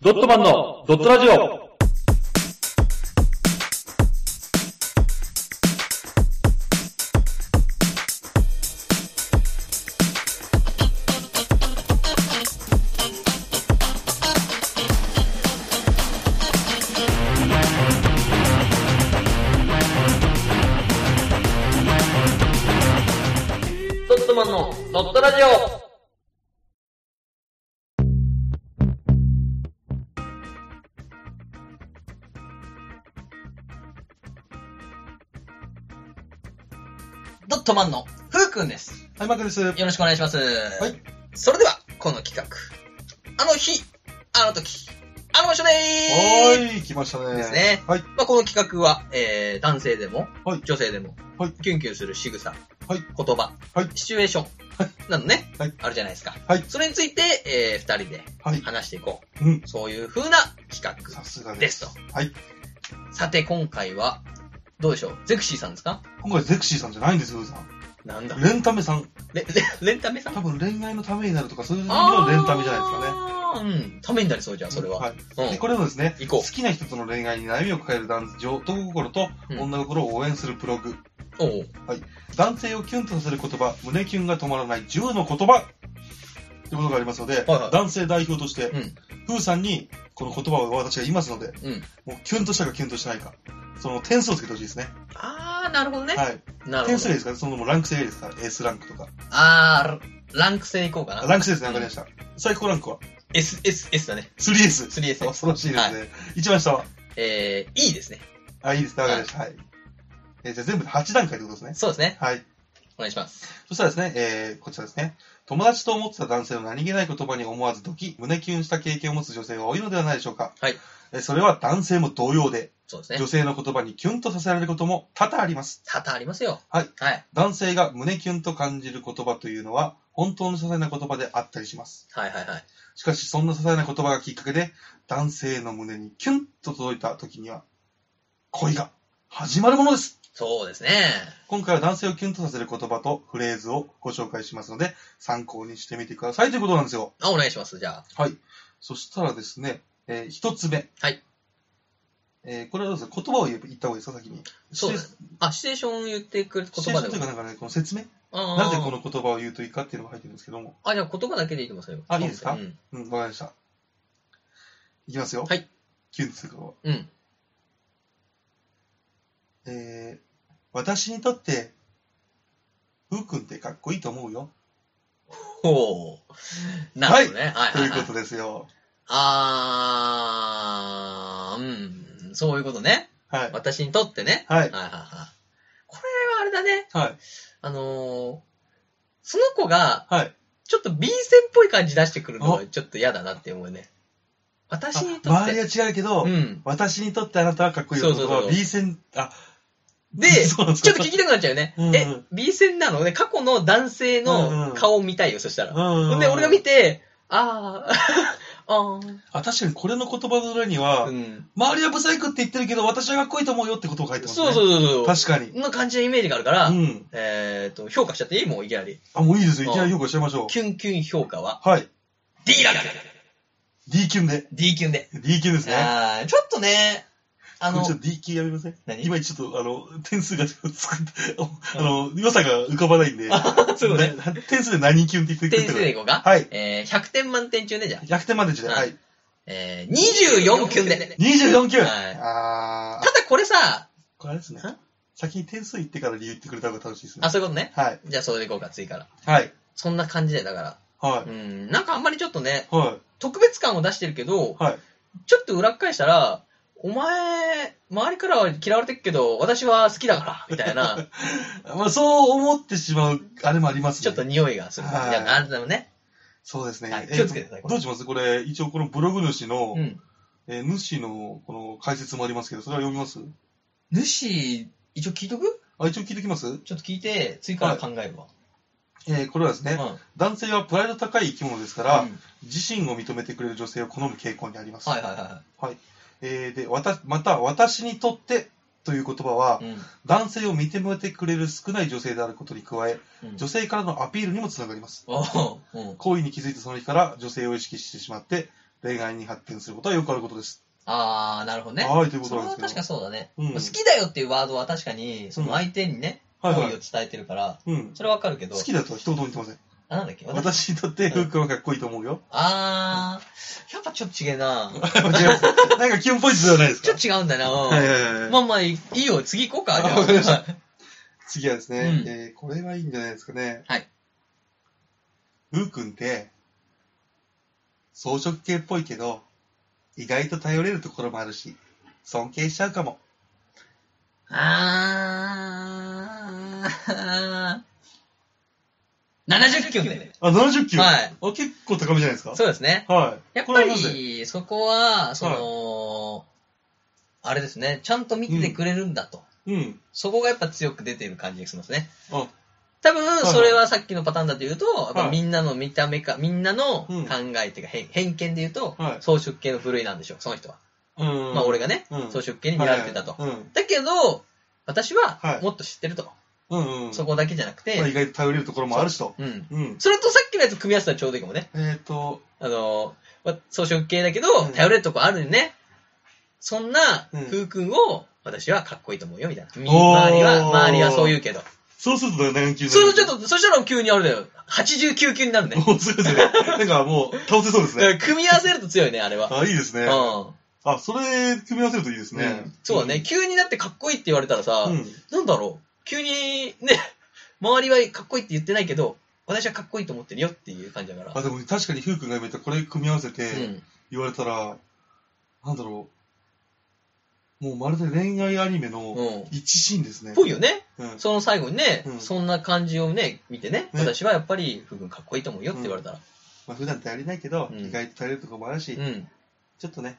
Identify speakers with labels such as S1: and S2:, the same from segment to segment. S1: ドットマンのドットラジオ
S2: ドットマンのドットラジオドットマンのふうくんです。
S3: はい、マクルス。はい。。
S2: よろしくお願いします。はいそれでは、この企画。あの日、あの時、あの場所でーす。
S3: ーい、来ましたね。
S2: ですね
S3: はい。
S2: まあ、この企画は、えー、男性でも、
S3: はい
S2: 女性でも、
S3: はい
S2: キュンキュンする仕草、
S3: はい
S2: 言葉、
S3: はい
S2: シチュエーション、
S3: はい
S2: などね、
S3: はい
S2: あるじゃないですか。
S3: はい
S2: それについて、えー、二人で
S3: はい。
S2: 話していこう。
S3: うん。
S2: そういう風な企
S3: さ
S2: 画
S3: すが
S2: で
S3: です。
S2: すと。
S3: はい。
S2: さて、今回は、どうでしょうゼクシーさんですか
S3: 今回ゼクシーさんじゃないんですよ、ウーさん。
S2: なんだ
S3: レンタメさん。
S2: レ、レ、レンタメさん
S3: 多分恋愛のためになるとか、そういう意味
S2: あ
S3: の
S2: ー
S3: レンタメじゃないですかね。
S2: うん。ためになりそうじゃん、それは。
S3: はい。
S2: うん。
S3: でこれもですね、
S2: 行こ
S3: 好きな人との恋愛に悩みを抱える男女、男心と
S2: うん
S3: 女心を応援するブログ。
S2: う。おう
S3: 男性をキュンとさせる言葉、胸キュンが止まらない10の言葉ということがありますので、
S2: はいはい
S3: 男性代表として、
S2: うん
S3: ふーさんにこの言葉を私が言いますので、
S2: うん
S3: もうキュンとしたかキュンとしてないか、その点数をつけてほしいですね。
S2: あー、なるほどね。
S3: はい。
S2: なる
S3: 点
S2: ほど
S3: 数で。いいですかそのもうランク制がいいですか ?S ランクとか。
S2: あー、ランク制いこうかな。
S3: ランク制ですね、わかりました。最高ランクは
S2: S、S、S だね。
S3: 3S。
S2: 3S。
S3: 恐ろしいですね。一番下は
S2: えー、いいですね。
S3: あ、いいですね、わかりました。はい。えーじゃあ全部で8段階ということですね。
S2: そうですね。
S3: はい。
S2: お願いします。
S3: そしたらですね、えー、こちらですね。友達と思ってた男性の何気ない言葉に思わずドキ、胸キュンした経験を持つ女性が多いのではないでしょうか。
S2: はい。
S3: えーそれは男性も同様で、
S2: そうですね
S3: 女。性の言葉にキュンとさせられることも多々あります。
S2: 多々ありますよ。
S3: はい。
S2: はい。
S3: 男性が胸キュンと感じる言葉というのは、本当の些細な言葉であったりします。
S2: はいはいはい。
S3: しかし、そんな些細な言葉がきっかけで、男性の胸にキュンと届いた時には、恋が始まるものです。
S2: そうですね。
S3: 今回は男性をキュンとさせる言葉とフレーズをご紹介しますので、参考にしてみてくださいということなんですよ。
S2: あ、お願いします。じゃあ。
S3: はい。そしたらですね、えー一つ目。
S2: はい。
S3: えーこれはどうですか言葉を言えば言った方がいいですか先に。
S2: そうだね
S3: シチュエ
S2: あ、シチュエーションを言ってくれる
S3: シチ
S2: 言
S3: ュエー
S2: 葉
S3: ションと
S2: で
S3: い
S2: も。
S3: うか、なんかね、この説明。
S2: な
S3: なぜこの言葉を言うといいかっていうのが入ってるんですけども。
S2: あ、じゃあ言葉だけでいきますよ。
S3: あいいですか
S2: うん。
S3: うん、わかりました。いきますよ。
S2: はい。
S3: キュンとする言葉。
S2: うん。
S3: えー、私にとって、ふうくんってかっこいいと思うよ。
S2: ほう。なるほどね。はい
S3: と
S2: はいいうは
S3: こ
S2: い。
S3: とで すよ。
S2: あー、うん。そういうことね。
S3: はい。
S2: 私にとってね。
S3: は
S2: はい
S3: い。
S2: はいはい。これはあれだね。
S3: はい。
S2: あのー、その子が、
S3: はい。
S2: ちょっと B 線っぽい感じ出してくるのはちょっと嫌だなって思うね。
S3: あ
S2: 私にとっ
S3: 周
S2: て。
S3: りは違うけど、
S2: うん。
S3: 私にとってあなたはかっこいいよ。
S2: そうそうそう
S3: 言葉は B 線、あ、
S2: で、ち
S3: そうなんです
S2: ょっ
S3: か
S2: と聞きたくなっちゃうよね。
S3: うんうん
S2: え、B 線なのね、過去の男性
S3: うんう
S2: の
S3: ん
S2: 顔を見たいよ、そしたら。
S3: うん
S2: ほんで、俺が見て、あー、あー、
S3: あ、確かにこれの言葉の裏には、
S2: うん。
S3: 周りはブサイクって言ってるけど、私はかっこいいと思うよってことを書いてますね。
S2: そうそうそうそう。
S3: 確かに。
S2: の感じのイメージがあるから、
S3: うん。
S2: えっと、評価しちゃっていいもういきなり。
S3: あ、もういいですよ。いきなり評価しちゃいましょう。
S2: キュンキュン評価は、
S3: はい。
S2: D ランク
S3: D 級で。
S2: !D キュンで。
S3: D 級ですね。
S2: あーちょっとね、あ
S3: こ
S2: の
S3: れちょ、っと D 級やめません
S2: 何
S3: 今ちょっと、あの、点数が作って、あの、良さが浮かばないんで、
S2: そうね。
S3: な点数で何級って言ってくれ
S2: 点
S3: て
S2: 数で
S3: る
S2: いこうか。
S3: はい。
S2: えー、100点満点中ね、じゃあ。
S3: 100点まで時代。
S2: は
S3: はいい。
S2: えー、24キュンで。
S3: 24級
S2: はい
S3: あ
S2: た
S3: ー、
S2: だこれさ、
S3: これあれですね
S2: ん。
S3: 先に点数言ってから理由言ってくれた方が楽しいですね
S2: あ、。そういうことね。
S3: はい。
S2: じゃあ、それでいこうか、次から。
S3: はい。
S2: そんな感じで、だから。
S3: は
S2: うん、なんかあんまりちょっとね、
S3: い。は
S2: 特別感を出してるけど、
S3: い。はい。
S2: ちょっと裏っ返したら、お前、周りからは嫌われてるけど、私は好きだから、みたい な、
S3: まあ、そう思ってしまう、あれもありますね。
S2: ちょっと匂いがする感じ。
S3: はい
S2: じゃあ、なんだろうね。
S3: そうですね。
S2: はい
S3: えー
S2: 気をつけてくださいこれ
S3: どうしますこれ、一応このブログ主の、
S2: うん。
S3: えー主のこの解説もありますけど、それは読みます
S2: 主、一応聞いとく
S3: あ、一応聞いてきます
S2: ちょっと聞いて、追加考えるわ。
S3: えーこれはですね、
S2: うん
S3: 男性はプライド高い生き物ですから、
S2: うん
S3: 自身を認めてくれる女性を好む傾向にあります。
S2: はいはいは
S3: えーで、わた、また、私にとってという言葉は、
S2: いはい。
S3: 男性を認めてくれる少ない女性であることに加え、
S2: うん。
S3: 女性からのアピールにもつながります。
S2: おーうん。
S3: 行為に気づいたその日から女性を意識してしまって、恋愛に発展することはよくあることです。
S2: ああ、なるほどね。
S3: はい、ということ
S2: それ
S3: なん
S2: は
S3: で
S2: 確か
S3: すけ
S2: にそうだね。
S3: うん
S2: 好きだよっていうワードは確かに、その相手にね、
S3: ど。
S2: 好
S3: は
S2: 意
S3: い
S2: を
S3: はい。
S2: 伝えてるから、
S3: うん。
S2: それわかるけど
S3: 好、きだとは一言も言ってません。
S2: あ、なんだっけ私
S3: 私にとって、ふうくんはかっこいいと思うよ。
S2: あー、やっぱちょっと違えな。
S3: 違います。なんかキュンポイントではないです
S2: ちょ
S3: か
S2: っと違うんだな。
S3: はいはいはい。
S2: まあまあ、いいよ、次行こうか。
S3: あ
S2: じゃあ
S3: わかりました
S2: はい
S3: 次はですね、
S2: うん
S3: えーこれはいいんじゃないですかね。
S2: はい。
S3: ふうくんって、草食系っぽいけど、意外と頼れるところもあるし、尊敬しちゃうかも。
S2: あー、70キロで。
S3: あ、70キロ
S2: はい
S3: あ、結構高めじゃないですか
S2: そうですね。
S3: はい。
S2: やっ
S3: こ
S2: ぱ
S3: れはなぜ
S2: り、そこは、その、あれですね、ちゃんと見ててくれるんだと。
S3: うん。
S2: そこがやっぱ強く出てる感じがしますね。
S3: あ、
S2: 多
S3: い
S2: 分、
S3: はい
S2: それはさっきのパターンだと言うと、やっぱ
S3: はい
S2: みんなの見た目か、みんなの考
S3: うん
S2: えっていうか、偏偏見で言うと、
S3: はい
S2: 草食系の部類なんでしょう、その人は。
S3: うん。
S2: まあ俺がね、
S3: うん
S2: 草食系に見られてたと。
S3: はいはいはい
S2: だけど、私は
S3: は、い
S2: もっと知ってると。
S3: うん。うんうん。
S2: そこだけじゃなくて、
S3: まあ意外と頼れるところもあるしと。
S2: うん。
S3: うん。
S2: それとさっきのやつ組み合わせたらちょうどいいかもね。
S3: えっ、ー、と、
S2: あのー、ま草食系だけど
S3: うん、
S2: 頼れるとこあるよね。そんな、
S3: うん
S2: 風君を、私はかっこいいと思うよ、みたいな。み
S3: おー
S2: 周りは、周りはそう言うけど。
S3: そうすると何級
S2: そう、ちょっと、そしたら急にあれだよ。89級になるね。
S3: もうすごいですね。なんかもう、倒せそうですね。
S2: 組み合わせると強いね、あれは。
S3: あ、いいです
S2: う
S3: ね。
S2: ん。
S3: あ、それ、組み合わせるといいですね
S2: う。んそうだね。急になってかっこいいって言われたらさ
S3: う、ん。
S2: なんだろう。急に、ね、周りはかっこいいって言ってないけど、私はかっこいいと思ってるよっていう感じだから。
S3: あ、でも確かに、ふうくんが今言ったこれ組み合わせ
S2: う
S3: て
S2: ん。
S3: 言われたら、なんだろう。もうまるで恋愛アニメの
S2: うん。
S3: 一シーンですね。
S2: ぽいよね。
S3: うん
S2: その最後にね、
S3: うん
S2: そんな感じをね、見てね、
S3: ね
S2: 私はやっぱり、ふうくんかっこいいと思うよって言われたら。
S3: まあ普段頼りないけど、
S2: うん
S3: 意外と頼れるとこもあるし
S2: う、ん。
S3: ちょっとね、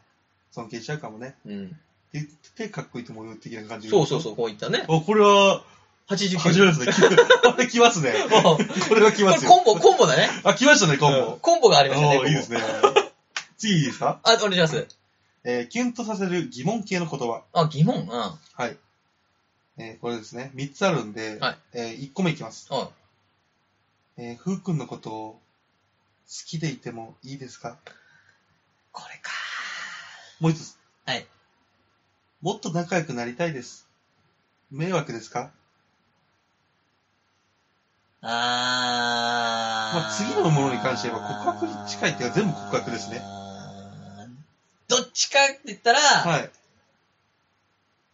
S3: 尊敬しちゃうかもね。
S2: うん。
S3: って言って、かっこいいと思うよ的な感じ。
S2: そうそうそう、こういったね。
S3: う。あ、これは、初
S2: 89。
S3: めてです ね。これ来ますね。
S2: もう
S3: これは来
S2: こ
S3: ま
S2: れ
S3: すよ。
S2: コンボ、コンボだね。
S3: あ、来ましたね、コン
S2: うん
S3: ボ。
S2: コンボがありましたね。
S3: おーいいですね。次いいですか
S2: あ、お願いします。
S3: えーキュンとさせる疑問系の言葉。
S2: あ、疑問うん。は
S3: はい。えーこれですね。3つあるんで、
S2: はい
S3: え1個目いきます。
S2: い。
S3: えー、ふうくんのことを好きでいてもいいですか
S2: これか。
S3: もう一つ。
S2: はい。
S3: もっと仲良くなりたいです。迷惑ですか
S2: あー。
S3: まあ次のものに関して言えば告白に近いっていうか全部告白ですね
S2: あー。どっちかって言ったら、
S3: はい。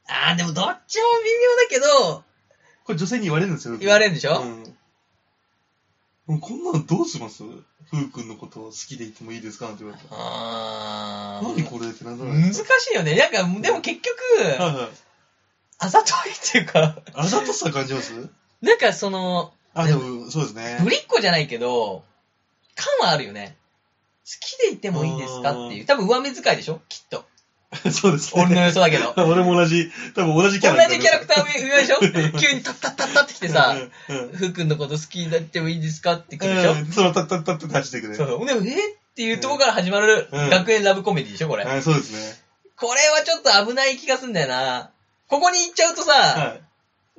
S2: あー、でもどっちも微妙だけど、
S3: これ女性に言われるんですよ。
S2: 言われ
S3: る
S2: るでし
S3: で
S2: ょ、
S3: うん。もうこんなのどうしますふうくんのことを好きでいてもいいですかなんて言われたら。
S2: あ
S3: 何
S2: ー。
S3: これってなんだろう
S2: 難しいよね。なんか、でも結局、
S3: はいはい。
S2: あざといっていうか、
S3: あざとさ感じます
S2: なんかその、
S3: あ、でも、そうですね。
S2: ぶりっ子じゃないけど、感はあるよね。好きでいてもいいですかっていう。多分上目遣いでしょきっと。
S3: そうです
S2: 俺の
S3: ね。
S2: 予想だけど。
S3: 俺も同じ、多分同じキャ
S2: 同
S3: ラ
S2: じキャラクターもいるでしょ急にタッタッタッタってきてさ、
S3: うんうんうん
S2: ふうくんのこと好きになってもいいですかって来るでしょ、
S3: うんその、たったったったって走っていくね。
S2: そうそう。でも、えっていうとこから始まる
S3: うん
S2: 学園ラブコメディでしょこれ。これ
S3: はいそうですね。
S2: はちょっと危ない気がすんだよな。ここに行っちゃうとさ、
S3: はい。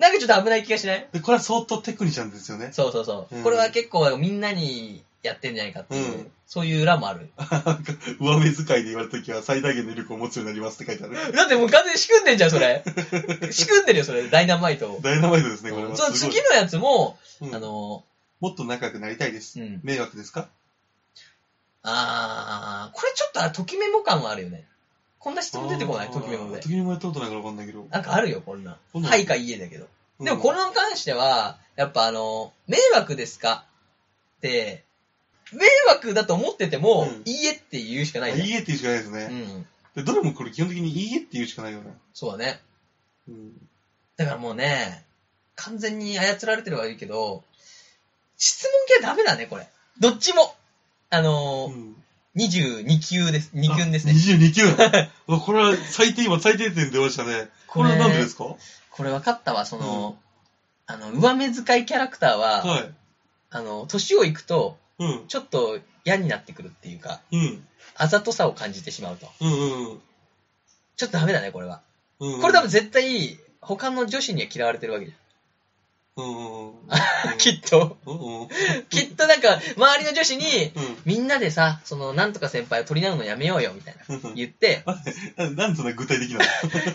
S2: なんかちょっと危ない気がしない
S3: で、これは相当テクニシャンですよね。
S2: そうそうそう。
S3: うん
S2: これは結構みんなにやってんじゃないかっていう、
S3: うん
S2: そういう裏もある。
S3: 上目遣いで言われた時は最大限の威力を持つようになりますって書いて ある。
S2: だってもう完全に仕組んでんじゃん、そ れ。仕組んでるよ、それ。ダイナマイトを。
S3: ダイナマイトですね、これは。
S2: その
S3: すご
S2: 次
S3: い
S2: のやつも、
S3: うん
S2: あの、
S3: もっと仲良くなりたいです。
S2: うん。
S3: 迷惑ですか
S2: あー、これちょっとあれ、ときメモ感はあるよね。こんな質問出てこないときメモ
S3: あー
S2: で
S3: と。きめもやったことないからわかんないけど。
S2: なんかあるよ、こんなん
S3: こん。なん
S2: はいかいいえだけど。でもこ
S3: れ、
S2: れに関しては、やっぱあの、迷惑ですかって、迷惑だと思ってても、
S3: うん
S2: いいえって言うしかない
S3: いい
S2: じ
S3: えって言うしかないです
S2: ゃん。
S3: ね。
S2: うん。
S3: で、どれもこれ基本的にいいえって言うしかないよね。
S2: そうだね。
S3: うん
S2: だからもうね、完全に操られてるはいいけど、質問系はダメだね、これ。どっちも。あ
S3: う
S2: のー、
S3: ん。
S2: 22級です。2級です
S3: あ
S2: ね。
S3: 22級。 うわこれは最低、今最低点出ましたね。これは何でですか
S2: これ分かったわ、その、あの、上目遣いキャラクターは、
S3: はい。
S2: あの、年をいくと、
S3: うん。
S2: ちょっと嫌になってくるっていうか、
S3: うん。
S2: あざとさを感じてしまうと。
S3: うんうん
S2: ちょっとダメだね、これは。
S3: うん。うん。
S2: これ多分絶対、他の女子には嫌われてるわけじゃん。
S3: うんうんうん。
S2: きっと。
S3: うんうん。うん。
S2: きっとなんか、周りの女子に、みんなでさ、その、なんとか先輩を取り合うのやめようよ、みたいな。言って、
S3: ななんで そんな具体的な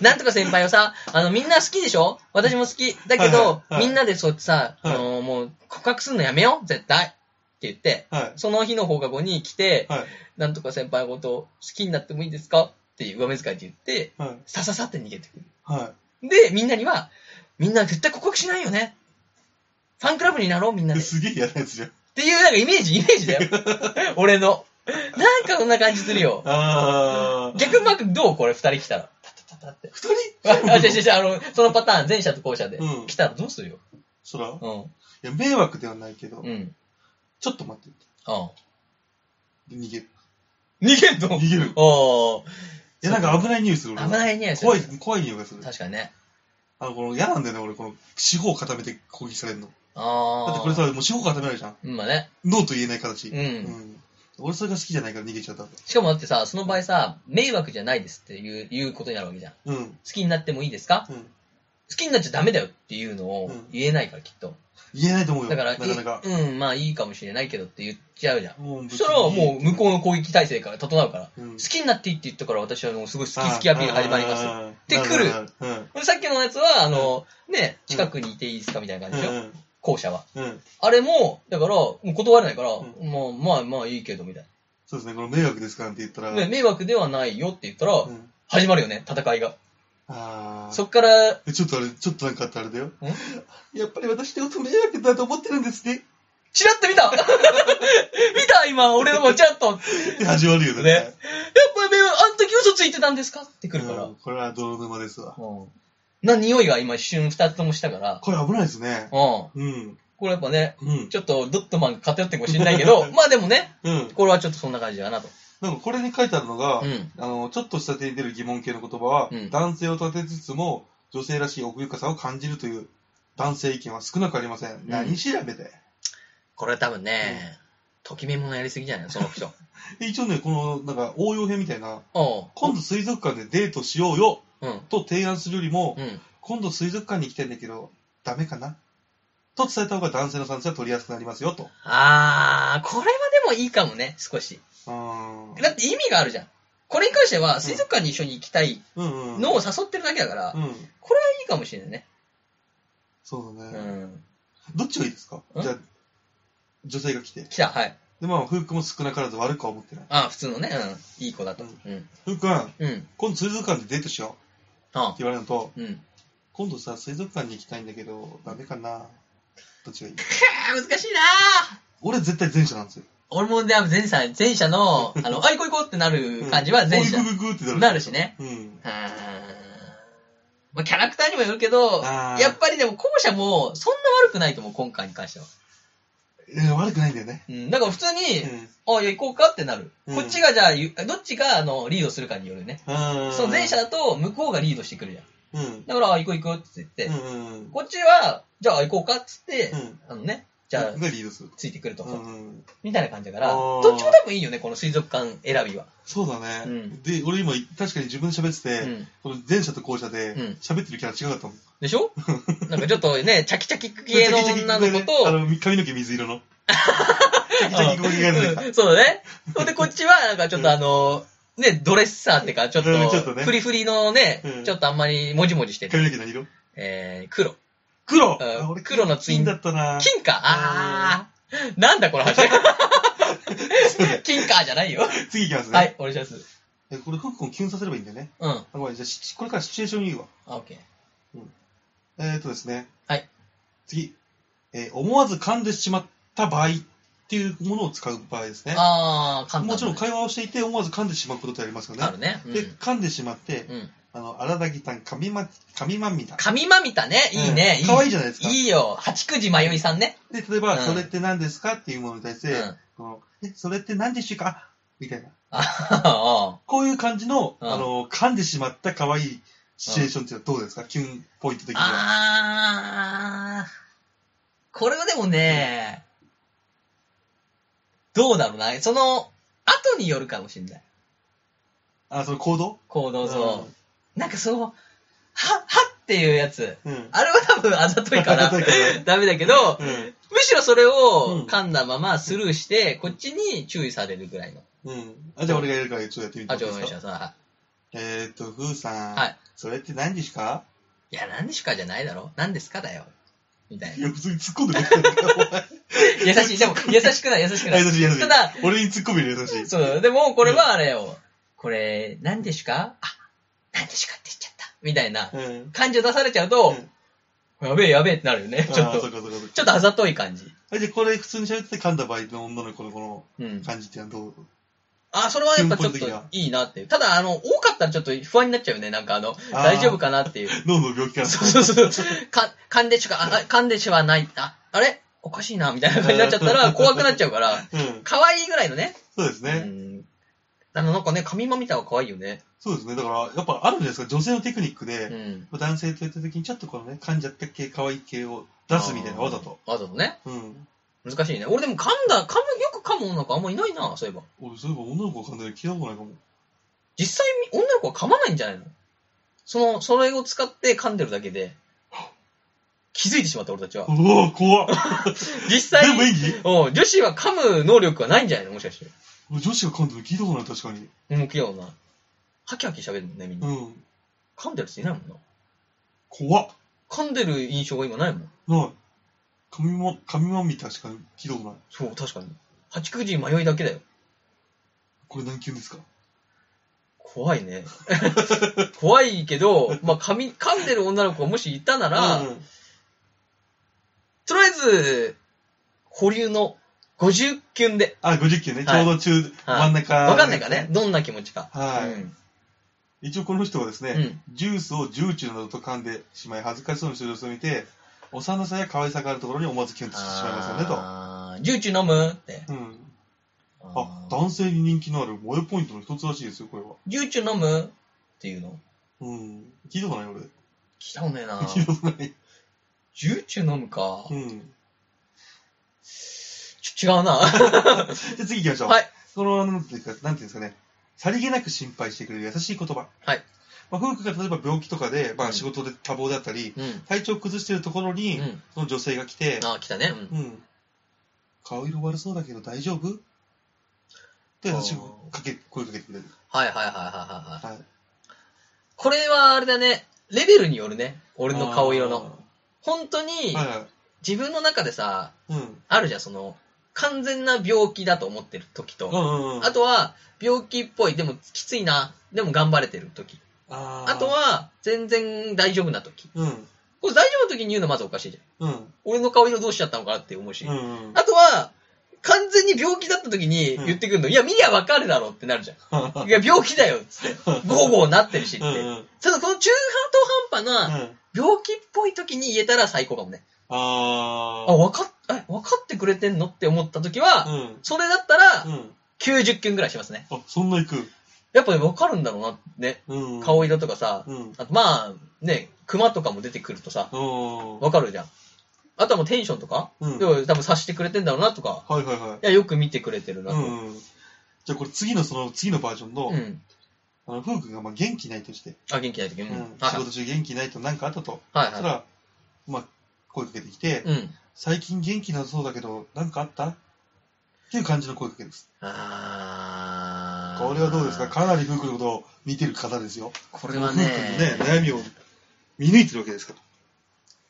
S2: なんとか先輩をさ、あの、みんな好きでしょ私も好き。だけ
S3: はいは
S2: ど、
S3: いはい
S2: みんなでそうやってさ、
S3: はい
S2: あの、もう、告白するのやめよう、絶対。って言って、
S3: のはい。
S2: その日の放課後に来て、
S3: はい。
S2: なんとか先輩のこと好きになってもいいですかっていう上目遣いで言って、
S3: はい。
S2: さささって逃げてく
S3: は。
S2: る。で、みんなには、みんな絶対告白しないよね。ファンクラブになろう、みんないで。
S3: すげえ嫌なやつじゃん。
S2: っていう、なんかイメージ、イメージだよ。 俺の。なんかそんな感じするよ。
S3: あー。
S2: 逆マークどうこれ二人来たら。タタタタって。
S3: 二人
S2: あ、違う違う違う、あの、そのパターン、前者と後者で。
S3: うん
S2: 来たらどうするよ。
S3: そらい
S2: うん。
S3: や、迷惑ではないけど、
S2: うん。うん。
S3: ちょっと待ってって。
S2: 逃
S3: で逃げる。
S2: げんの
S3: 逃げる。い
S2: おー。
S3: や、なんか危ない匂いする俺
S2: 危ない匂いする。
S3: 怖い、怖い匂いがする。
S2: 確かにね。
S3: あの、この嫌なんだよね、俺、この、四方固めて攻撃されるの。
S2: あー。
S3: だってこれさ、もう四方固められるじゃん。
S2: うん、まあね。
S3: ノーと言えない形。
S2: うん
S3: ん俺それが好きじゃないから逃げちゃった。
S2: しかもだってさ、その場合さ、迷惑じゃないですっていう、いうことになるわけじゃん。好
S3: うん。うん。
S2: きになってもいいですか好きになっちゃダメだよっていうのを
S3: うん
S2: 言えないから、きっと。
S3: 言えないと思うよ。
S2: だから、
S3: なかなか。
S2: いうん、まあいいかもしれないけどって言っちゃうじゃん。
S3: もう
S2: そしたらもう向こうの攻撃体制から整うから。
S3: う、うん
S2: 好きになっていいって言ったから私はもうすごい好き好きアピール始まりますよ。
S3: って
S2: くる
S3: うん。
S2: でさっきのやつは、あの、ね、近くにいていいですかみたいな
S3: う
S2: 感じでしょ
S3: ん。
S2: 後者は。
S3: うん。
S2: あれも、だから、もう断れないから、
S3: ん
S2: もうまあまあいいけど、みたい
S3: そうですね、この迷惑ですからって言ったら。
S2: な。ね迷惑ではないよって言ったら、
S3: うん
S2: 始まるよね、戦いが。
S3: ああ。
S2: そっから、
S3: えちょっとあれ、ちょっとなんかあったあれだよ
S2: ん。
S3: やっぱり私のこと迷惑だと思ってるんですね。
S2: チラッと見た 見た今、俺のもチラッと。やっ
S3: って始まるよね。
S2: ねぱり迷惑、あの時嘘ついてたんですかってくるから。
S3: うんこれは泥沼ですわ。
S2: うん。な匂いが今一瞬二つともしたから。
S3: これ危ないです
S2: う
S3: ね
S2: ん。。こ
S3: うん。
S2: れやっぱね、
S3: うん。
S2: ちょっとドットマンが偏ってるかもしれないけ ど、まあでもね、
S3: うん。
S2: これはちょっとそんな感じだなと。
S3: なんかこれに書いてあるのが、
S2: うん。
S3: あの、ちょっとした手に出る疑問系の言葉は、
S2: うん
S3: 男性を立てつつも、女性らしい奥ゆかさを感じるという男性意見は少なくありません。何調べて
S2: これは多分ね、ときめものやりすぎじゃないのその 人。
S3: で一応ね、この、なんか応用編みたいな、
S2: おう
S3: 今度水族館でデートしようよ
S2: うん。
S3: と提案するよりも、
S2: うん。
S3: 今度水族館に行きたいんだけど、ダメかなと伝えた方が男性の賛成は取りやすくなりますよと。
S2: あー、これはでもいいかもね、少し。
S3: うーん。
S2: だって意味があるじゃん。これに関しては、水族館に一緒に行きたい
S3: うんうん。
S2: のを誘ってるだけだから、
S3: う
S2: い
S3: ん。
S2: いかもしれないね。
S3: そうだ
S2: う
S3: ね。
S2: ん。
S3: どっちがいいですか
S2: ん
S3: じゃあ、女性が来て。
S2: 来た、はい。
S3: で、まあ、フー君も少なからず悪くは思ってない。
S2: あー普通のね、うん。いい子だと。うん。
S3: フー君、
S2: うん。
S3: 今度水族館でデートしよう。っ
S2: あ
S3: て言われるのと、
S2: うん。
S3: 今度さ、水族館に行きたいんだけど、ダメかなどっちがいい
S2: あー難しいなー
S3: 俺絶対前者なんですよ。
S2: 俺もね、前者、前者の、あ の、あ、行こう行こうってなる感じは前者
S3: うん。ググググってなる。
S2: なるしね。
S3: うん。
S2: うーんまあ、キャラクターにもよるけど、
S3: あー
S2: やっぱりでも後者もそんな悪くないと思う、今回に関しては。
S3: え悪くないんだよね。
S2: うん、だから普通に、
S3: うん。
S2: あ、いや行こうかってなる。
S3: うん
S2: こっちがじゃあゆ、どっちがあのリードするかによるね。
S3: あー
S2: その前者だと向こうがリードしてくるじゃん。
S3: うん。
S2: だから、あ、行こう行こうって言って、
S3: うんうんうん。
S2: こっちは、じゃあ行こうかって言って、
S3: うん
S2: あのね、じゃあ、
S3: がリードする。
S2: ついてくると
S3: う
S2: か、
S3: んうん。
S2: みたいな感じだから、
S3: あー
S2: どっちも多分いいよね、この水族館選びは。
S3: そうだね。
S2: うん
S3: で、俺今、確かに自分で喋って
S2: う
S3: て、
S2: ん。
S3: この前者と後者で
S2: うん、
S3: 喋ってるキャラ違かったもん。
S2: でしょなんかちょっとね、チャキチャキ系の 女の子と、
S3: あの、髪の毛水色の。チャキチャキ声が出てきた。
S2: うんそうだね。ほんで、こっちは、なんかちょっとあの、ね、ドレッサーってか、ちょっ
S3: うんちょっ
S2: と
S3: と、ね
S2: フリフリのね
S3: う、ん
S2: ちょっとあんまりもじもじしてる。
S3: 髪の毛何色
S2: えー、黒。
S3: 黒
S2: うん
S3: あ俺
S2: 黒のツイン
S3: 金だったな
S2: 金かあー。なんだこの話。 金かじゃないよ。
S3: 次いきますね。
S2: はい、お願いします。
S3: えこれ、フックンをキュンさせればいいんだよね。
S2: うん。あ
S3: あごめん、じゃあ、しこれからシチュエーション言うわ。
S2: オッケー。
S3: えー、とですね。
S2: はい。
S3: 次。えー思わず噛んでしまった場合っていうものを使う場合ですね。
S2: あー、簡単だね。
S3: もちろん会話をしていて思わず噛んでしまうことってありますよね
S2: あ。るね。
S3: で、噛んでしまって、
S2: うん。うん。
S3: あの、荒滝たん、神ま、神まみた。
S2: 神まみたね。いいね。
S3: かわいい
S2: い
S3: じゃないですか。
S2: いいよ。八九時まよいさんね。
S3: で、例えば、
S2: うん
S3: それって何ですかっていうものに対し
S2: う
S3: て、
S2: ん。
S3: このえ、それって何でしょうかみたいな。
S2: あ
S3: こういう感じの、
S2: うん
S3: あの、噛んでしまった可愛いシチュエーションっていうのはどうですか、キュンポイント的には。
S2: あー、これはでもね、どうだろうな。その、後によるかもしれない。
S3: あ、その行動
S2: 行動上。
S3: うん
S2: なんかそう、は、はっっていうやつ。
S3: うん。
S2: あれは多分あざといから
S3: あざといから、
S2: ダメだけど、
S3: うん。
S2: むしろそれ
S3: うん
S2: を噛んだままスルーして、こっちに注意されるぐらいの。
S3: うん。あ、じゃあ俺がやるから、ちょっとやってみて
S2: あ、
S3: も
S2: ちょ、お
S3: いい
S2: 願
S3: で
S2: い
S3: す
S2: し
S3: か
S2: ます。は
S3: えーっと、ふーさん。
S2: はい。
S3: それって何ですか
S2: い。いや、何ですかじゃないだろ何ですかだよ。みたい
S3: い
S2: な。
S3: や、普通に突っ込んでくれたん だよ
S2: 優しい、でも、優しくない、優し
S3: お
S2: くな
S3: 前
S2: い。
S3: 優しい、優しい。
S2: ただ、
S3: 俺に突っ込み入れ優し い。
S2: そう、でも、これはあれよ。これ、何ですかあ、何ですかって言っちゃった。みたいな。
S3: うん。
S2: 感じを出されちゃうと、やべえやべえってなるよね。ちょっ
S3: あー
S2: と
S3: そう、かそうかそうか
S2: ちょっとあざとい感じ。
S3: あじゃあこれ普通に喋ってて噛んだ場合の女の子のこの
S2: うん。
S3: 感じっていうのはどう
S2: あ、それはやっぱちょっ
S3: 基本的
S2: と
S3: ない
S2: いなっていう。ただ、あの、多かったらちょっと不安になっちゃうよね。なんかあの、大丈夫
S3: か
S2: かなって いう。
S3: 脳の病気から
S2: そうそうそう。か、噛んでしか、あ噛んでしはない。あ、あれおかしいな、みたいな感じになっちゃった ら怖くなっちゃうから、
S3: うん。
S2: 可愛いぐらいのね。
S3: そうです
S2: う
S3: ね。
S2: ん。あの、なんかね、髪まみたいは可愛いよね。
S3: そうですね。だから、やっぱあるじゃないですか。女性のテクニック
S2: う
S3: で、
S2: ん。
S3: 男性とやった時にちょっとこのね、噛んじゃった系、可愛い系を出すみたいな、
S2: あー
S3: わざと。。
S2: わざとね。
S3: うん。
S2: 難しいね。俺でも噛んだ、噛む、よく噛む女の子あんまいないな、そういえば。
S3: 俺、そういえば女の子が噛んだら聞いたことないかも。
S2: 実際み、女の子は噛まないんじゃないのその、それを使って噛んでるだけで、気づいてしまった俺たちは。
S3: うわ怖っ
S2: 実際
S3: 全部、演技
S2: お女子は噛む能力はないんじゃないのもしかして。
S3: 俺女子が噛んだの聞いたことない、確かに。
S2: うん、器用な。ハキハキ喋るもんね、みん
S3: う
S2: な。
S3: ん。
S2: 噛んでる人いないもんな。
S3: 怖っ
S2: 噛んでる印象が今ないもん。
S3: ない。髪も、髪まみ確かに聞いたことない。
S2: そう、確かに。八九時迷いだけだよ。
S3: これ何級ですか
S2: 怖い ね。怖いけど、まあ、噛み、噛んでる女の子がもしいたなら、
S3: うん
S2: とりあえず、保留の50キュンで。
S3: あ、50級ね。ち
S2: は
S3: ょう
S2: い
S3: ど中、真ん中。
S2: わかんないからね。。どんな気持ちか。
S3: はい。
S2: うん
S3: 一応この人はですね、
S2: うん
S3: ジュースをジューチュなどと噛んでしまい恥ずかしそうにする様子を見て幼さや可愛さがあるところに思わずキュンとしてしまいますよねと。
S2: あージューチュー飲むって。
S3: うん、あ
S2: あー
S3: 男性に人気のある萌えポイントの一つらしいですよこれは、
S2: ジューチュー飲むっていうの。
S3: うん、聞いたことない俺
S2: 聞いたことねえ な。
S3: 聞いたことない、
S2: ジューチュー飲むか
S3: う。ん、
S2: ちょ違う な。
S3: じゃあ次行きましょう、
S2: はい
S3: このなんていうかなんていうんですかねさりげなく心配してくれる優しい言葉、
S2: はい
S3: まあ、夫婦が例えば病気とかで、ま
S2: う
S3: あ、
S2: ん
S3: 仕事で多忙だったり、
S2: うん。
S3: 体調崩してるところ
S2: う
S3: に、
S2: ん。
S3: その女性が来て、
S2: あー、来たね。うん。
S3: うん。顔色悪そうだけど大丈夫って私
S2: あー
S3: かけ、声かけてくれる。
S2: はいはいはいはいはいはい。
S3: はい。
S2: これはあれだね。レベルによるね。俺の顔色の。本当
S3: あ
S2: に
S3: ー。、は
S2: 自分の中でさ、
S3: いはい。うん。
S2: あるじゃん、その、完全な病気だと思ってる時と、
S3: うんうんうん。
S2: あとは、病気っぽい、でもきついな、でも頑張れてる時。
S3: あー
S2: あと、は、全然大丈夫な時。
S3: うん。
S2: これ大丈夫な時に言うのまずおかしいじゃん。
S3: うん。
S2: 俺の顔色どうしちゃったのかなって思うし。
S3: うんうん。
S2: あとは、完全に病気だった時に言ってくるの、いや、見りゃわかるだろうってなるじゃん。いや、病気だよ、つって。ゴーゴーなってるしっ
S3: うんうん。う
S2: て。
S3: ん。
S2: ただ、この中途半端な、病気っぽい時に言えたら最高かもね。
S3: あ
S2: あ、
S3: ー。
S2: わかっ、え、わかってくれてんのって思った時は、
S3: うん。
S2: それだったら
S3: う、ん。
S2: 90件ぐらいしますね。
S3: あ、そんな行く。
S2: やっぱりわかるんだろうな、ね。
S3: うん。
S2: 顔
S3: 色。
S2: 色とかさ、
S3: うん。
S2: あとまあ、ね、熊とかも出てくるとさ、
S3: うん。
S2: わかるじゃん。あとはもうテンションとか、
S3: うん。
S2: で
S3: はい
S2: も多分察してくれてんだろうなとか、
S3: はいはい
S2: や、よく見てくれてる
S3: い。
S2: な
S3: う
S2: と。
S3: んうん。じゃあこれ次のその次のバージョンの、
S2: うん。
S3: あの、夫婦がまあ元気ないとして、
S2: あ、元気ない時。う。
S3: うんん。
S2: はい
S3: 仕事中元気ないと何かあったと。
S2: はい
S3: そした
S2: は
S3: ら、まあ、声かけてきて
S2: い。、うん。
S3: 最近元気なさそうだけど、なんかあったっていう感じの声かけです。
S2: あー。
S3: これはどうですかかなり夫婦のことを見てる方ですよ。
S2: これは
S3: 夫婦の
S2: ね、
S3: ね、悩みを見抜いてるわけですか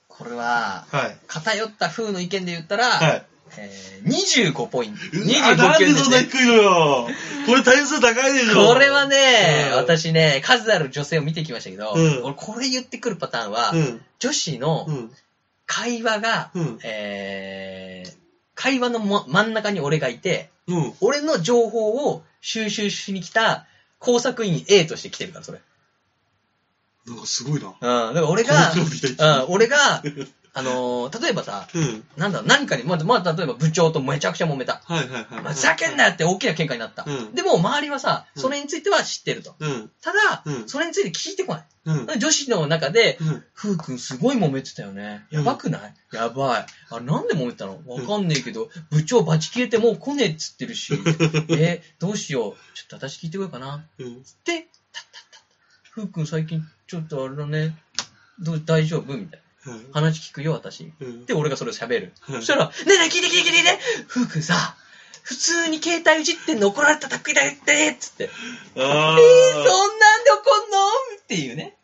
S2: これは、
S3: ら。はい。
S2: 偏った風の意見で言ったら、
S3: はい。
S2: えー、25ポイント。
S3: うわ
S2: 25
S3: なんで
S2: 件で
S3: そ
S2: す
S3: んな
S2: ね。
S3: 低いのよ。これ点数高いでしょ。
S2: これはね、
S3: うん
S2: 私ね、数ある女性を見てきましたけど、
S3: うん
S2: 俺これ言ってくるパターンは、
S3: うん。
S2: 女子の
S3: うん。
S2: 会話が、
S3: うん。
S2: えー、会話のも真ん中に俺がいて、
S3: うん。
S2: 俺の情報を収集しに来た工作員 A として来てるから、それ。
S3: なんかすごいな。
S2: うん、だから俺が、
S3: この人みたい
S2: うん、俺が、あのー例えばさ、
S3: うん。
S2: なんだろう、何かに、まあ、まあ、例えば部長とめちゃくちゃ揉めた。
S3: はいはいは
S2: ふ
S3: い。
S2: ざけんなよって大きな喧嘩になった。
S3: うん
S2: でも、周りはさ、
S3: うん
S2: それについては知ってると。
S3: うん。
S2: ただ、
S3: うん
S2: それについて聞いてこない。
S3: うん。
S2: 女子の中で、
S3: うん。
S2: ふうくんすごい揉めてたよね。やばくない、やばい。あれなんで揉めてたのわかんねえけど、部長バチ切れてもう来ねえっつってる し。え、どうしよう。ちょっと私聞いてこようかな。
S3: う
S2: で、
S3: ん。
S2: たったった。ふうくん最近ちょっとあれだね。どう大丈夫みたいな。
S3: うん
S2: 話聞くよ、私。
S3: うん
S2: で、俺がそれを喋る。
S3: うん
S2: そしたら、ねえねえ、聞いて聞いて聞いてふうくんさ、普通に携帯いじってんの怒られただけだってっつって。
S3: あ
S2: えー、そんなんで怒んのっていうね。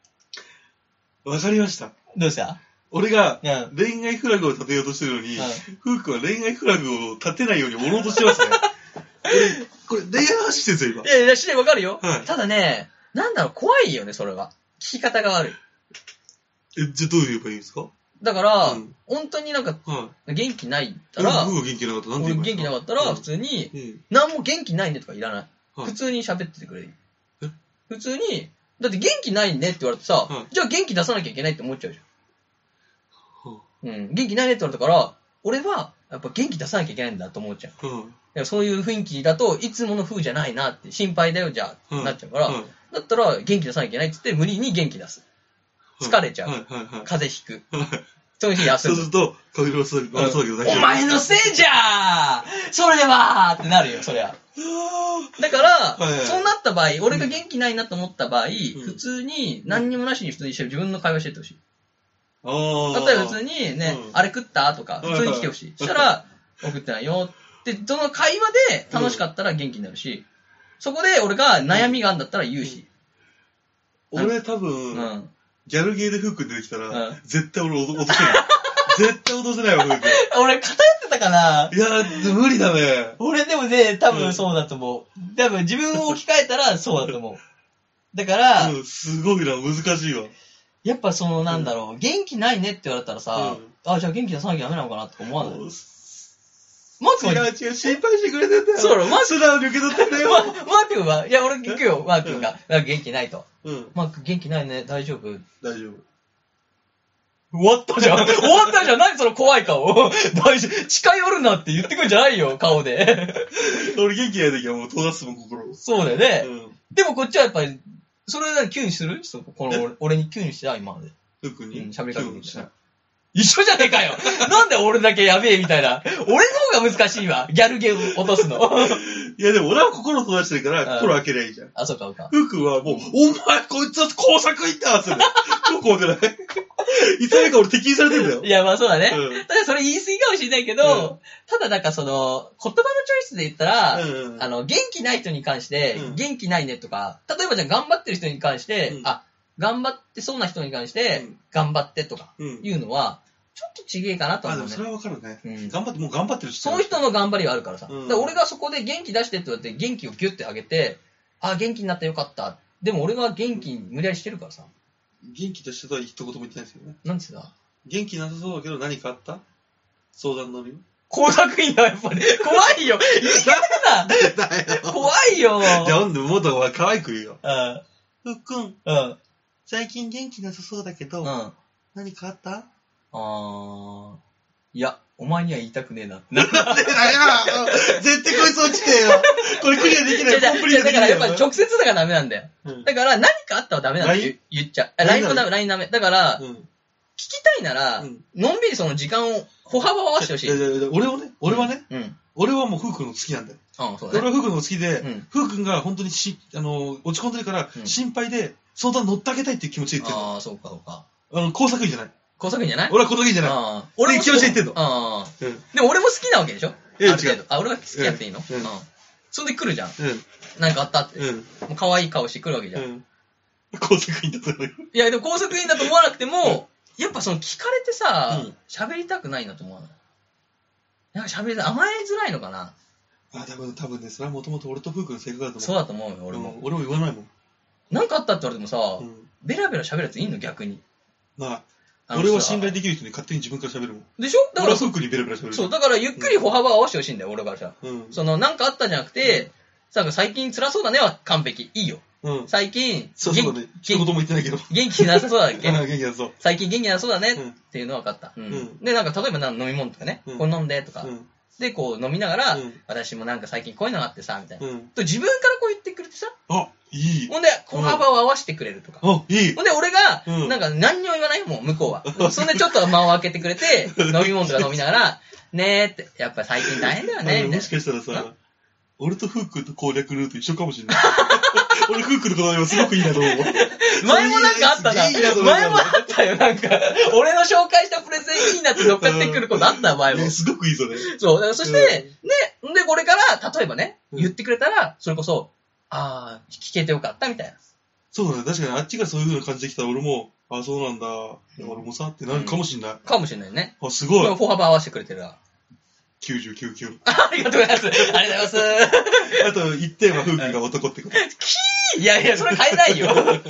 S3: あ、わかりました。
S2: どうした
S3: 俺が
S2: うん。うん
S3: 恋愛フラグを立てようとしてるのに、ふうくんは恋愛フラグを立てないように物としてますね。 これ、これ恋愛の話してるんですよ、
S2: いやいや、知りわかるよ、
S3: はい
S2: ただね、なんだろう、怖いよね、それは。聞き方が悪い。
S3: 今。え、じゃあどう言えばいいんですか
S2: だから、
S3: うん
S2: 本当になんか
S3: はい。
S2: 元気ないった
S3: 俺
S2: ら、
S3: 僕が元気なかったらなん
S2: 俺元
S3: て言えばいいんで
S2: 気
S3: す
S2: な
S3: か
S2: かったら、普通に、
S3: うん。
S2: なんも元気ないねとかいらない。
S3: はい
S2: 普通に喋っててくれる
S3: え。
S2: 普通に、だって元気ないねって言われてさ
S3: は、
S2: じゃあ元気出さなきゃいけないって思っちゃうじ
S3: は
S2: ゃん。うん、元気ないねって言われたから、俺はやっぱ元気出さなきゃいけないんだと思っちゃう。
S3: うん。
S2: いやそういう雰囲気だといつもの風じゃないなって、心配だよじゃあ、
S3: うん
S2: なっちゃうから、
S3: はい
S2: だったら元気出さなきゃいけないって言って無理に元気出す。疲れちゃう
S3: はいはいはい。
S2: 風邪ひく。
S3: はい
S2: その日休
S3: そう
S2: む
S3: す。ると、顔色悪そう悪そうだけど大丈夫。
S2: お前のせいじゃーそれはーってなるよ、そりゃ。
S3: あ
S2: だから、
S3: いはい
S2: そうなった場合、俺が元気ないなと思った場合、普通に
S3: うん
S2: 何にもなしに普通にして自分の会話してってほしい。
S3: ーあー。
S2: 例えば普通にね、
S3: うん
S2: あれ食ったとか、
S3: はいはい
S2: 普通に来てほしい。そしたら、送ってないよって、その会話で楽しかったら元気になるし、そこで俺が悩みがあるんだったら言うし。
S3: 俺多
S2: う
S3: 分、
S2: ん。うん
S3: ギャルゲーでフー君出てきたら、
S2: うん
S3: 絶対俺落とせ ない。絶対落とせないわ、フー君。
S2: 俺、偏ってたかない
S3: やー、無理だね。
S2: 俺でもね、多
S3: うん
S2: 分そうだと思う。多分自分を置き換えたらそうだと思う。だから、
S3: うん、すごいな、難しいわ。
S2: やっぱそのなんだろう、元気ないねって言われたらさ、
S3: うん
S2: あ、じゃあ元気出さなきゃダメなのかなって思わない。
S3: もう
S2: マー君
S3: 違
S2: は、
S3: う違う、心配してくれてたよ。
S2: そうだマ
S3: 素直に受け取ってくれよ
S2: ま、。マー君は、いや俺聞くよ、マー君が。なんか元気ないと。
S3: うん、
S2: マー君元気ないね、大丈夫。
S3: 大丈夫。
S2: 終わったじゃん。終わったじゃん。何その怖い顔。大丈夫。近寄るなって言ってくんじゃないよ、顔で。
S3: 俺元気ない時はもう閉ざすもん、心を。う
S2: そうだよね。
S3: ん。
S2: でもこっちはやっぱり、それならキュンするちょっとこの俺俺にキュンした今まで。
S3: フー君
S2: うん
S3: に。
S2: 喋りかけて
S3: うん
S2: きた一緒じゃねえか よなんで俺だけやべえみたいな。俺の方が難しいわ。ギャルゲーを落と すの。
S3: いや、でも俺は心を閉ざしてるから、
S2: うん
S3: 心開けりゃいいじゃん。
S2: あ、そうか、そうか。
S3: フー君はもう、お前、こいつは工作行ったっつって。どう 怖くないいつの間にか俺敵にされてんだよ
S2: い。や、まあそうだね。
S3: うん
S2: ただそれ言い過ぎかもしれないけど、
S3: うん
S2: ただなんかその、言葉のチョイスで言ったら、
S3: うんうん
S2: あの、元気ない人に関して、
S3: うん
S2: 元気ないねとか、例えばじゃあ頑張ってる人に関して、
S3: うん
S2: あ、頑張ってそうな人に関して、
S3: うん
S2: 頑張ってとか
S3: うん。
S2: いうのは、ちょっとちげえかなとは
S3: あ、で
S2: 思う
S3: も
S2: ね
S3: そ。れはわかるね。
S2: うん
S3: 頑張って、もう頑張ってる人。
S2: その人の頑張りはあるからさ。
S3: う
S2: だ
S3: ん
S2: から俺がそこで元気出してって言われて、元気をギュッてあげて、あ、元気になってよかった。でも俺が元気に無理やりしてるからさ。
S3: 元気としてとは一言も言ってないですよね。
S2: なんつうだ
S3: 元気なさそうだけど何かあった相談 乗るよ。
S2: 工作員だ、やっぱり。怖いよ言い方だ
S3: だよ。
S2: 怖いよ
S3: じゃあ、ほんで、もっとお前可愛く言うよ。
S2: うん。
S3: ふっくん、
S2: うん。
S3: 最近元気なさそうだけど、
S2: うん。あ
S3: 何かあった
S2: ー。いや、お前には言いたくねえな。
S3: なんで だよ絶対こいつ落ちてよこれクリアできない。コンプリー
S2: だ
S3: トで
S2: か
S3: きな
S2: らや
S3: いよ
S2: っぱり直接だからダメなんだよ。
S3: うん
S2: だから何かあったらダメなんだよ
S3: LINE？。
S2: 言っちゃう。あ LINE もダメ、LINE ダメ。だから、聞
S3: うん
S2: きたいなら、
S3: う
S2: の
S3: ん
S2: んびりその時間を、歩幅を合わせてほし
S3: いやい
S2: い。
S3: やいや俺はね、俺はね、
S2: うん。
S3: 俺はもうふうくんの好きなんだよ。
S2: うん、そう
S3: 俺
S2: だね。
S3: はふうくんの好きで
S2: うん、
S3: ふうくんが本当にし、あの、落ち込んでるから
S2: う、ん
S3: 心配で、相談乗ってあげたいっていう気持ちで言ってるの。
S2: ああ、そうか、そうか。
S3: あの、工作員じゃない。
S2: 工作員じゃない
S3: 俺は工作員じゃない。
S2: あー俺も
S3: っていう気持ちで言ってんの
S2: あー
S3: うん。
S2: でも俺も好きなわけでしょ
S3: ええ
S2: ある程
S3: 違
S2: 度
S3: う
S2: あ、俺が好きやっていいの
S3: うんうん
S2: それで来るじゃん。
S3: うん。
S2: 何かあったって。も
S3: うん。
S2: う可愛い顔して来るわけじゃん。
S3: うん。工作員だったんだけど。
S2: いや、でも工作員だと思わなくても、やっぱその聞かれてさ
S3: うん、
S2: 喋りたくないなと思わない。なんか喋りたい甘えづらいのかな
S3: あ、多分、多分ね、それはもともと俺とふうくんの性格だと思う。
S2: そうだと思うよ、俺
S3: う
S2: も。
S3: ん俺も言わないもん。
S2: 何かあったって言われても
S3: う
S2: さ、
S3: ん。
S2: ベラベラ喋るやついんの逆に。
S3: ま
S2: あ
S3: あ、
S2: の
S3: 俺は
S2: さ
S3: 信頼できる人に勝手に自分から喋るもん。
S2: でしょだか
S3: 俺は
S2: ら
S3: ふ
S2: そう
S3: くんにベラベラ喋る。
S2: そう、だからゆっくり歩幅を合わせてほしいんだよ、俺からしたら。
S3: うん。
S2: その、なんかあったじゃなくて、なんか最近辛そうだねは完璧。いいよ。
S3: うん。
S2: 最近、
S3: そうそうだ
S2: 元
S3: ね。
S2: 気
S3: 一言も言ってないけど。
S2: 元気なさそうだっ
S3: うん
S2: け
S3: 元気だそう。
S2: 最近元気なさそうだね
S3: うん
S2: っていうのは分かった。うん
S3: ん
S2: で、なんか例えばなんか飲み物とかね、
S3: うん
S2: これ飲んでとか、
S3: うん。
S2: で、こう飲みながら、
S3: うん
S2: 私もなんか最近こういうのがあってさ、みたいな。
S3: うん。
S2: と自分からこう言ってくれてさ、
S3: あ、いい。
S2: ほんで、こう幅を合わせてくれるとか。
S3: あ、いい。
S2: ほんで、俺が、
S3: うん
S2: なんか何にも言わないもう向こうは。そんでちょっと間を空けてくれて、飲み物とか飲みながら、ねーって、やっぱ最近大変だよね、
S3: あの
S2: みたい
S3: も
S2: な
S3: し。かしたらさ、俺とふうくんと攻略ルート一緒かもしれない。 俺、クックの言葉すごくいいなと思う。
S2: 前もなんかあったな。
S3: いいなと思う
S2: 前もあったよ、なんか。俺の紹介したプレゼンいいなって乗っかってくることあった、前も
S3: ね。すごくいいそれ。
S2: そう。だからそして、
S3: うん
S2: ね、んで、これから、例えばね、
S3: うん
S2: 言ってくれたら、それこそ、あー、聞けてよかったみたいな。
S3: そうだね。確かに、あっちがそういう風な感じできたら、俺も、あ、そうなんだ。俺もさ、ってなるかもしんない。
S2: かもしれないね。
S3: あ、す
S2: こ
S3: ご
S2: れ
S3: い。
S2: 歩幅合わせてくれてるわ。
S3: 99、9
S2: ありがとうございます。ありがとうござい ま
S3: あと、1点は、風君が男ってこと。
S2: す。 いやいや、それ変えない よ。それは永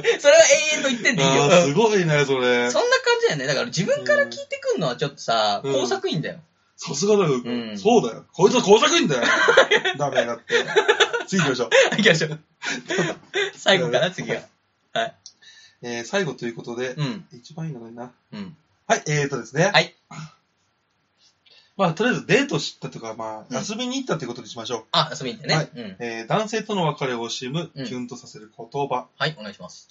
S2: 遠の一点でいいよ。
S3: あー、すごいね、それ。
S2: そんな感じだよね。だから自分から聞いてくんのはちょっとさ、
S3: うん
S2: 工作員だよ。
S3: さすがだよ、
S2: うん
S3: そうだよ。こいつは工作員だよ。ダメだって。次行きましょう。
S2: 行きま しょう。最後かな、次は。
S3: えー、最後ということで、
S2: うん。
S3: 一番いいのがいいな。
S2: うん。
S3: はい、えーとですね。
S2: はい。
S3: まあ、とりあえずデートしたとか、ま
S2: うん
S3: あ、遊びに行ったってことにしましょう。
S2: あ、遊びに行ってね。
S3: はい
S2: うん。
S3: えー、男性との別れを惜しむ、
S2: うん
S3: キュンとさせる言葉。
S2: はい、お願いします。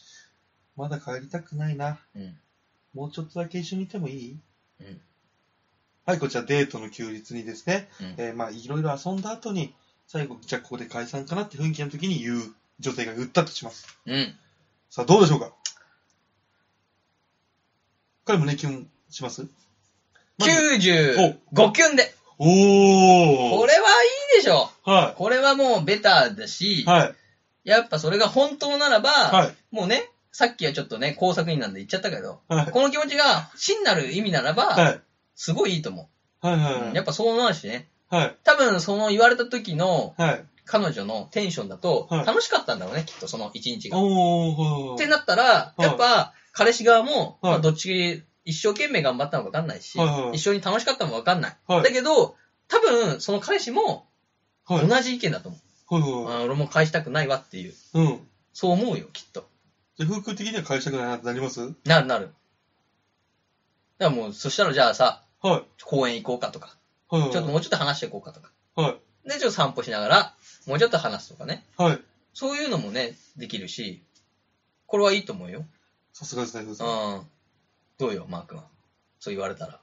S3: まだ帰りたくないな。
S2: うん。
S3: もうちょっとだけ一緒にいてもいい
S2: うん。
S3: はい、こちらデートの休日にですね、
S2: うん
S3: えー、まあ、いろいろ遊んだ後に、最後、じゃあここで解散かなって雰囲気の時に言う女性が言ったとします。
S2: うん。
S3: さあ、どうでしょうか彼もね、キュンしますまず
S2: 95キュンで。
S3: おー
S2: これはいいでしょ。
S3: は
S2: これはもうベタだし
S3: い。、はい。
S2: やっぱそれが本当ならば、
S3: はい。
S2: もうね、さっきはちょっとね、工作員なんで言っちゃったけど、
S3: はい。
S2: この気持ちが真なる意味ならば、
S3: はい。
S2: すごいいいと思。
S3: はいうはい。
S2: やっぱそうなるしね。
S3: はい。
S2: 多分その言われた時の
S3: はい。
S2: 彼女のテンションだと、
S3: はい
S2: 楽しかったんだろうね、きっとその一日が。っ
S3: おー。
S2: て
S3: はい
S2: なったら、
S3: い
S2: やっぱ彼氏側も、
S3: は
S2: ま
S3: い
S2: あどっち一生懸命頑張ったのか分かんないし、
S3: はいはい
S2: 一緒に楽しかったのも分かんない。
S3: はい
S2: だけど、多分その彼氏も
S3: はい。はい
S2: 同じ意見だと思う。
S3: は
S2: あ俺も返したくないわっていう。
S3: い。うん。
S2: そう思うよ、きっと。
S3: じゃあ、風空的には返したくないなってなりますはい。
S2: なるなる。だからもう、そしたらじゃあさ、
S3: はい。
S2: 公園行こうかとか、
S3: はい。
S2: ちょっともうちょっと話していこうかとか。
S3: は
S2: で、ちょっと散歩しながら、もうちょっと話すとかね。
S3: い。はい。
S2: そういうのもね、できるし、これはいいと思うよ。
S3: さすがですね、風
S2: う
S3: さん。
S2: ん。どうよ、マー君は。そう言われたら。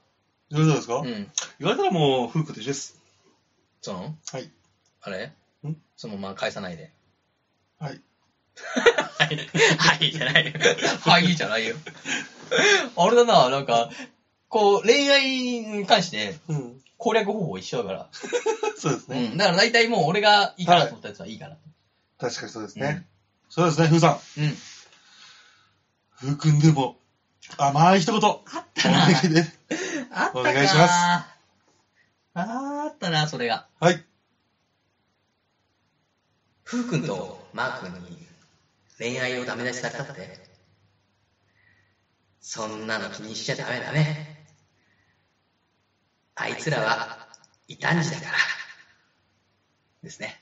S3: どういうことですか
S2: うん。
S3: 言われたらもう、風空と一緒です。
S2: その
S3: はい。
S2: あれ
S3: ん
S2: そのまま返さないで。
S3: はい。
S2: はい。はい、じゃないよ。はい、じゃないよ。あれだな、なんか、こう、恋愛に関して
S3: うん。
S2: 攻略方法一緒だから。
S3: そうですね。
S2: うん。だから大体もう俺がいいかなと思ったやつはいいから。
S3: 確かにそうです
S2: う
S3: ね
S2: ん。
S3: そうですね、風さん。
S2: うん。
S3: 風くんでも、甘い一言。お
S2: あったな。
S3: 願いね。
S2: あったか
S3: お願いします
S2: あーったな、それが。
S3: はい。
S2: ふうくんとマー君に恋愛をダメ出しされたって。そんなの気にしちゃダメだね。あいつらは異端児だから。ですね。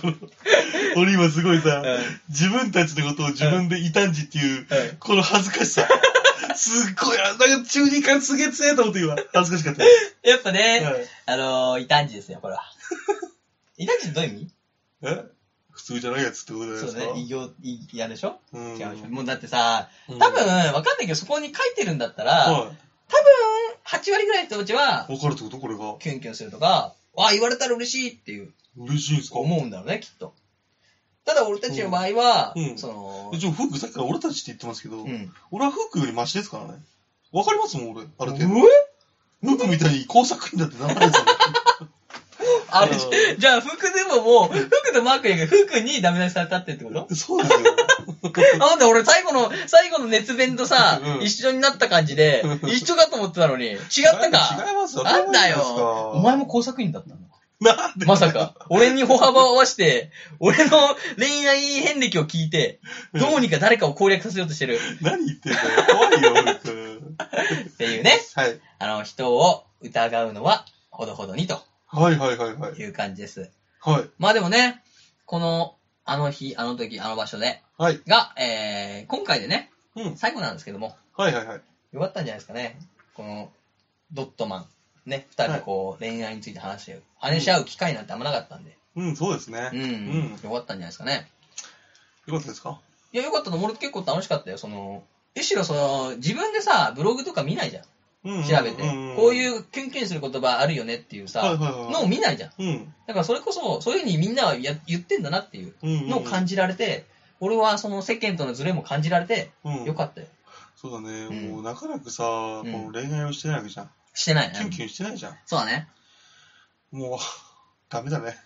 S3: この俺今すごいさ、自分たちのことを自分で異端児っていう、この恥ずかしさ。すっごい、あなんか中二感すげえ強いと思って今、恥ずかしかった。
S2: やっぱね、
S3: はい
S2: あのー、異端児ですね、 これは。異端児ってどういう意味
S3: え普通じゃないやつってことじゃない
S2: そう
S3: ですか
S2: だね、異形、異嫌でしょ
S3: うん
S2: 違うでしょもうだってさ、
S3: うん
S2: 多分、わかんないけど、そこに書いてるんだったら、
S3: は。、
S2: 8割ぐらいの人たちはい
S3: わかるってことこれが。
S2: キュンキュンするとか、わあ、言われたら嬉しいっていう、
S3: 嬉しいんですか
S2: 思うんだろうね、きっと。ただ、俺たちの場合は、
S3: うんうん
S2: その
S3: え、ちょ、フックさっきから俺たちって言ってますけど、
S2: うん。
S3: 俺はフックよりマシですからね。わかりますもん、俺。ある程
S2: う
S3: 度。フックみたいに工作員だってならないですよね。
S2: あれ、じゃあ、服でももう、服とマークやけど、服にダメ出しされたってってこと
S3: そうですよ。
S2: あ、なんで俺最後の、最後の熱弁とさ、
S3: うん
S2: 一緒になった感じで、一緒かと思ってたのに、違ったか。
S3: 違いますよ。
S2: なんだよ
S3: どういうこと。
S2: お前も工作員だったの
S3: ですか。なんで
S2: まさか、俺に歩幅を合わせて、俺の恋愛遍歴を聞いて、どうにか誰かを攻略させようとしてる
S3: 何言ってんだよ。怖いよ、俺くん。
S2: っていうね、
S3: はい。
S2: あの、人を疑うのは、ほどほどにと
S3: はいはいはいはい。
S2: いう感じです。
S3: はい。
S2: まあでもね、この、あの日、あの時、あの場所で、
S3: はい。
S2: が、えー、今回でね、
S3: うん
S2: 最後なんですけども、
S3: はいはいはい。
S2: よかったんじゃないですかね。この、ドットマン、ね、二人でこう、恋愛について話し合う、話し合う機会なんてあんまなかったんで、
S3: うん、そうです
S2: うん、
S3: ね。うん
S2: よかったんじゃないですかね。
S3: よかったですか
S2: いや、よかったの、俺結構楽しかったよ、その、むしろその、自分でさ、ブログとか見ないじゃん。
S3: うん
S2: 調べて
S3: ん。ん
S2: こういうキュンキュンする言葉あるよねっていう
S3: はい
S2: さ、
S3: はいはい
S2: のを見ないじゃん。
S3: うん
S2: だからそれこそ、そういうふうにみんなはや言ってんだなっていう
S3: うんうん
S2: のを感じられて、俺はその世間とのズレも感じられて、
S3: うん
S2: よかったよ。
S3: そうだね、
S2: うん
S3: もう長らくさ、こ
S2: ん
S3: の恋愛をしてないわけじゃん。
S2: してない
S3: キュンキ
S2: ね。
S3: ュンしてないじゃん。
S2: そうだね。
S3: もう、ダメだね。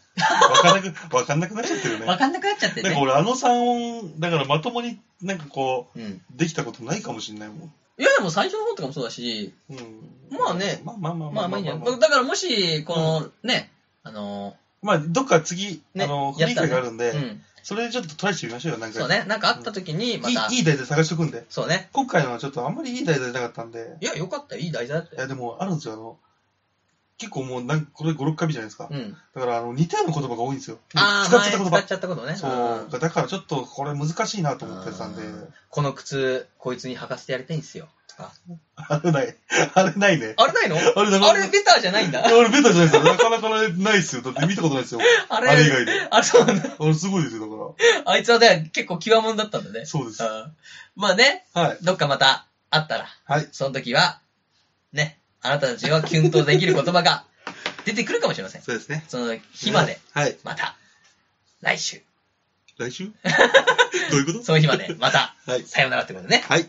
S3: わかんなく、 わかんなくなっちゃってるね。
S2: わかんなくなっちゃって
S3: なんか
S2: ね。
S3: 俺あの三音、だからまともになんかこ
S2: うん。
S3: う、できたことないかもしれないもん。
S2: いや、でも最初の方とかもそうだし、
S3: うん。
S2: まあね
S3: まあまあまあ
S2: まあまあいいんじゃない
S3: ま
S2: だからもし、この、ね、あの
S3: まあ、どっか次、
S2: ね
S3: あの、
S2: や
S3: 振
S2: っ
S3: り
S2: たらね
S3: があるんで、
S2: ー、うん。
S3: それでちょっとトライしてみましょうよ、なんか。
S2: そうね、なんかあった時に、また
S3: いい、いい題材探しとくんで。
S2: そうね。
S3: 今回のはちょっとあんまりいい題材なかったんで。
S2: いや、よかったよ、いい題材だっ
S3: い
S2: たよ。
S3: や、でもあるんですよ、あの、結構もうなん、これ5、6回目じゃないですか。
S2: うん。
S3: だから、あの、似たような言葉が多いんですよ。
S2: ああ、
S3: 使っちゃった
S2: 前
S3: 言
S2: 使
S3: 葉
S2: っ。ちゃったことね。
S3: そ
S2: ん
S3: う。だからちょっとこれ難しいなと思ってたんで
S2: う。この靴、こいつに履かせてやりたいんですよ。とか。
S3: あれない。あれないね。
S2: あれない の
S3: あれな
S2: あれベターじゃないんだ。
S3: 俺ベタじゃないですよ。なかなかないですよ。だって見たことないですよ。
S2: あ
S3: あ
S2: れ、
S3: れ
S2: あ
S3: 以外で。
S2: そうなんだ。
S3: あれすごいですよ、だか
S2: あいつはね、結構極もんだったんだね
S3: ら。。そうです。は
S2: うんまあね、
S3: い。
S2: どっかまた会ったら、
S3: はい。
S2: その時は、ね、あなたたちはキュンとできる言葉 が出てくるかもしれません。
S3: そうですね。
S2: その日まで、
S3: はい。
S2: また、来週、
S3: 来週どういうこと
S2: その日まで、また、
S3: はい。
S2: さようならってことでね。
S3: はい。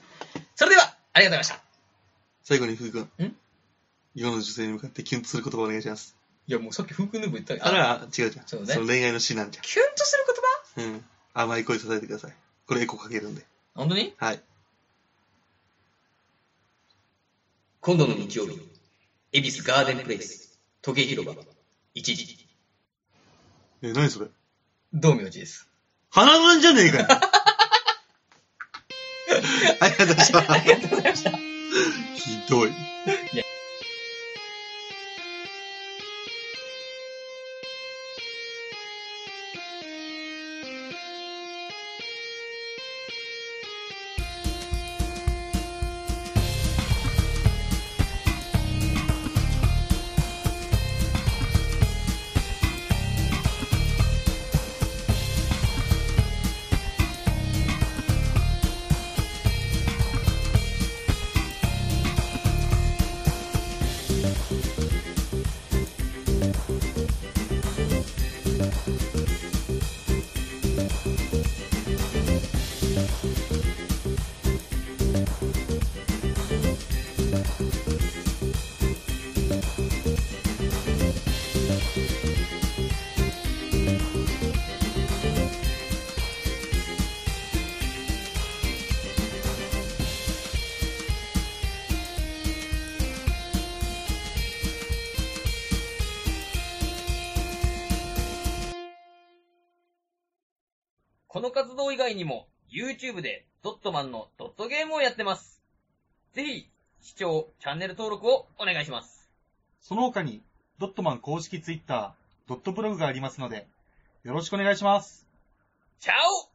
S2: それでは、ありがとうございました。
S3: 最後に福君。
S2: ん
S3: 今の女性に向かってキュンとする言葉お願いします。
S2: いや、もうさっきフークヌーブ言った
S3: あら、違うじゃん。
S2: そうね
S3: の恋愛の詩なんじ
S2: キュンとする言葉
S3: ゃん。うん。甘い声支えてください。これエコーかけるんで。
S2: 本当に
S3: はい。
S2: 今度の日曜日、恵比寿ガーデンプレイス、時計広場、1時、
S3: え、何それ
S2: 道明寺です。
S3: 花なんじゃねえか よ。ありがとうございました。
S2: ありがとうございました。
S3: ひどい。
S4: この活動以外にも、YouTube でドットマンのドットゲームをやってます。ぜひ、視聴、チャンネル登録をお願いします。
S5: その他に、ドットマン公式ツイッター、ドットブログがありますので、よろしくお願いします。
S4: チャオ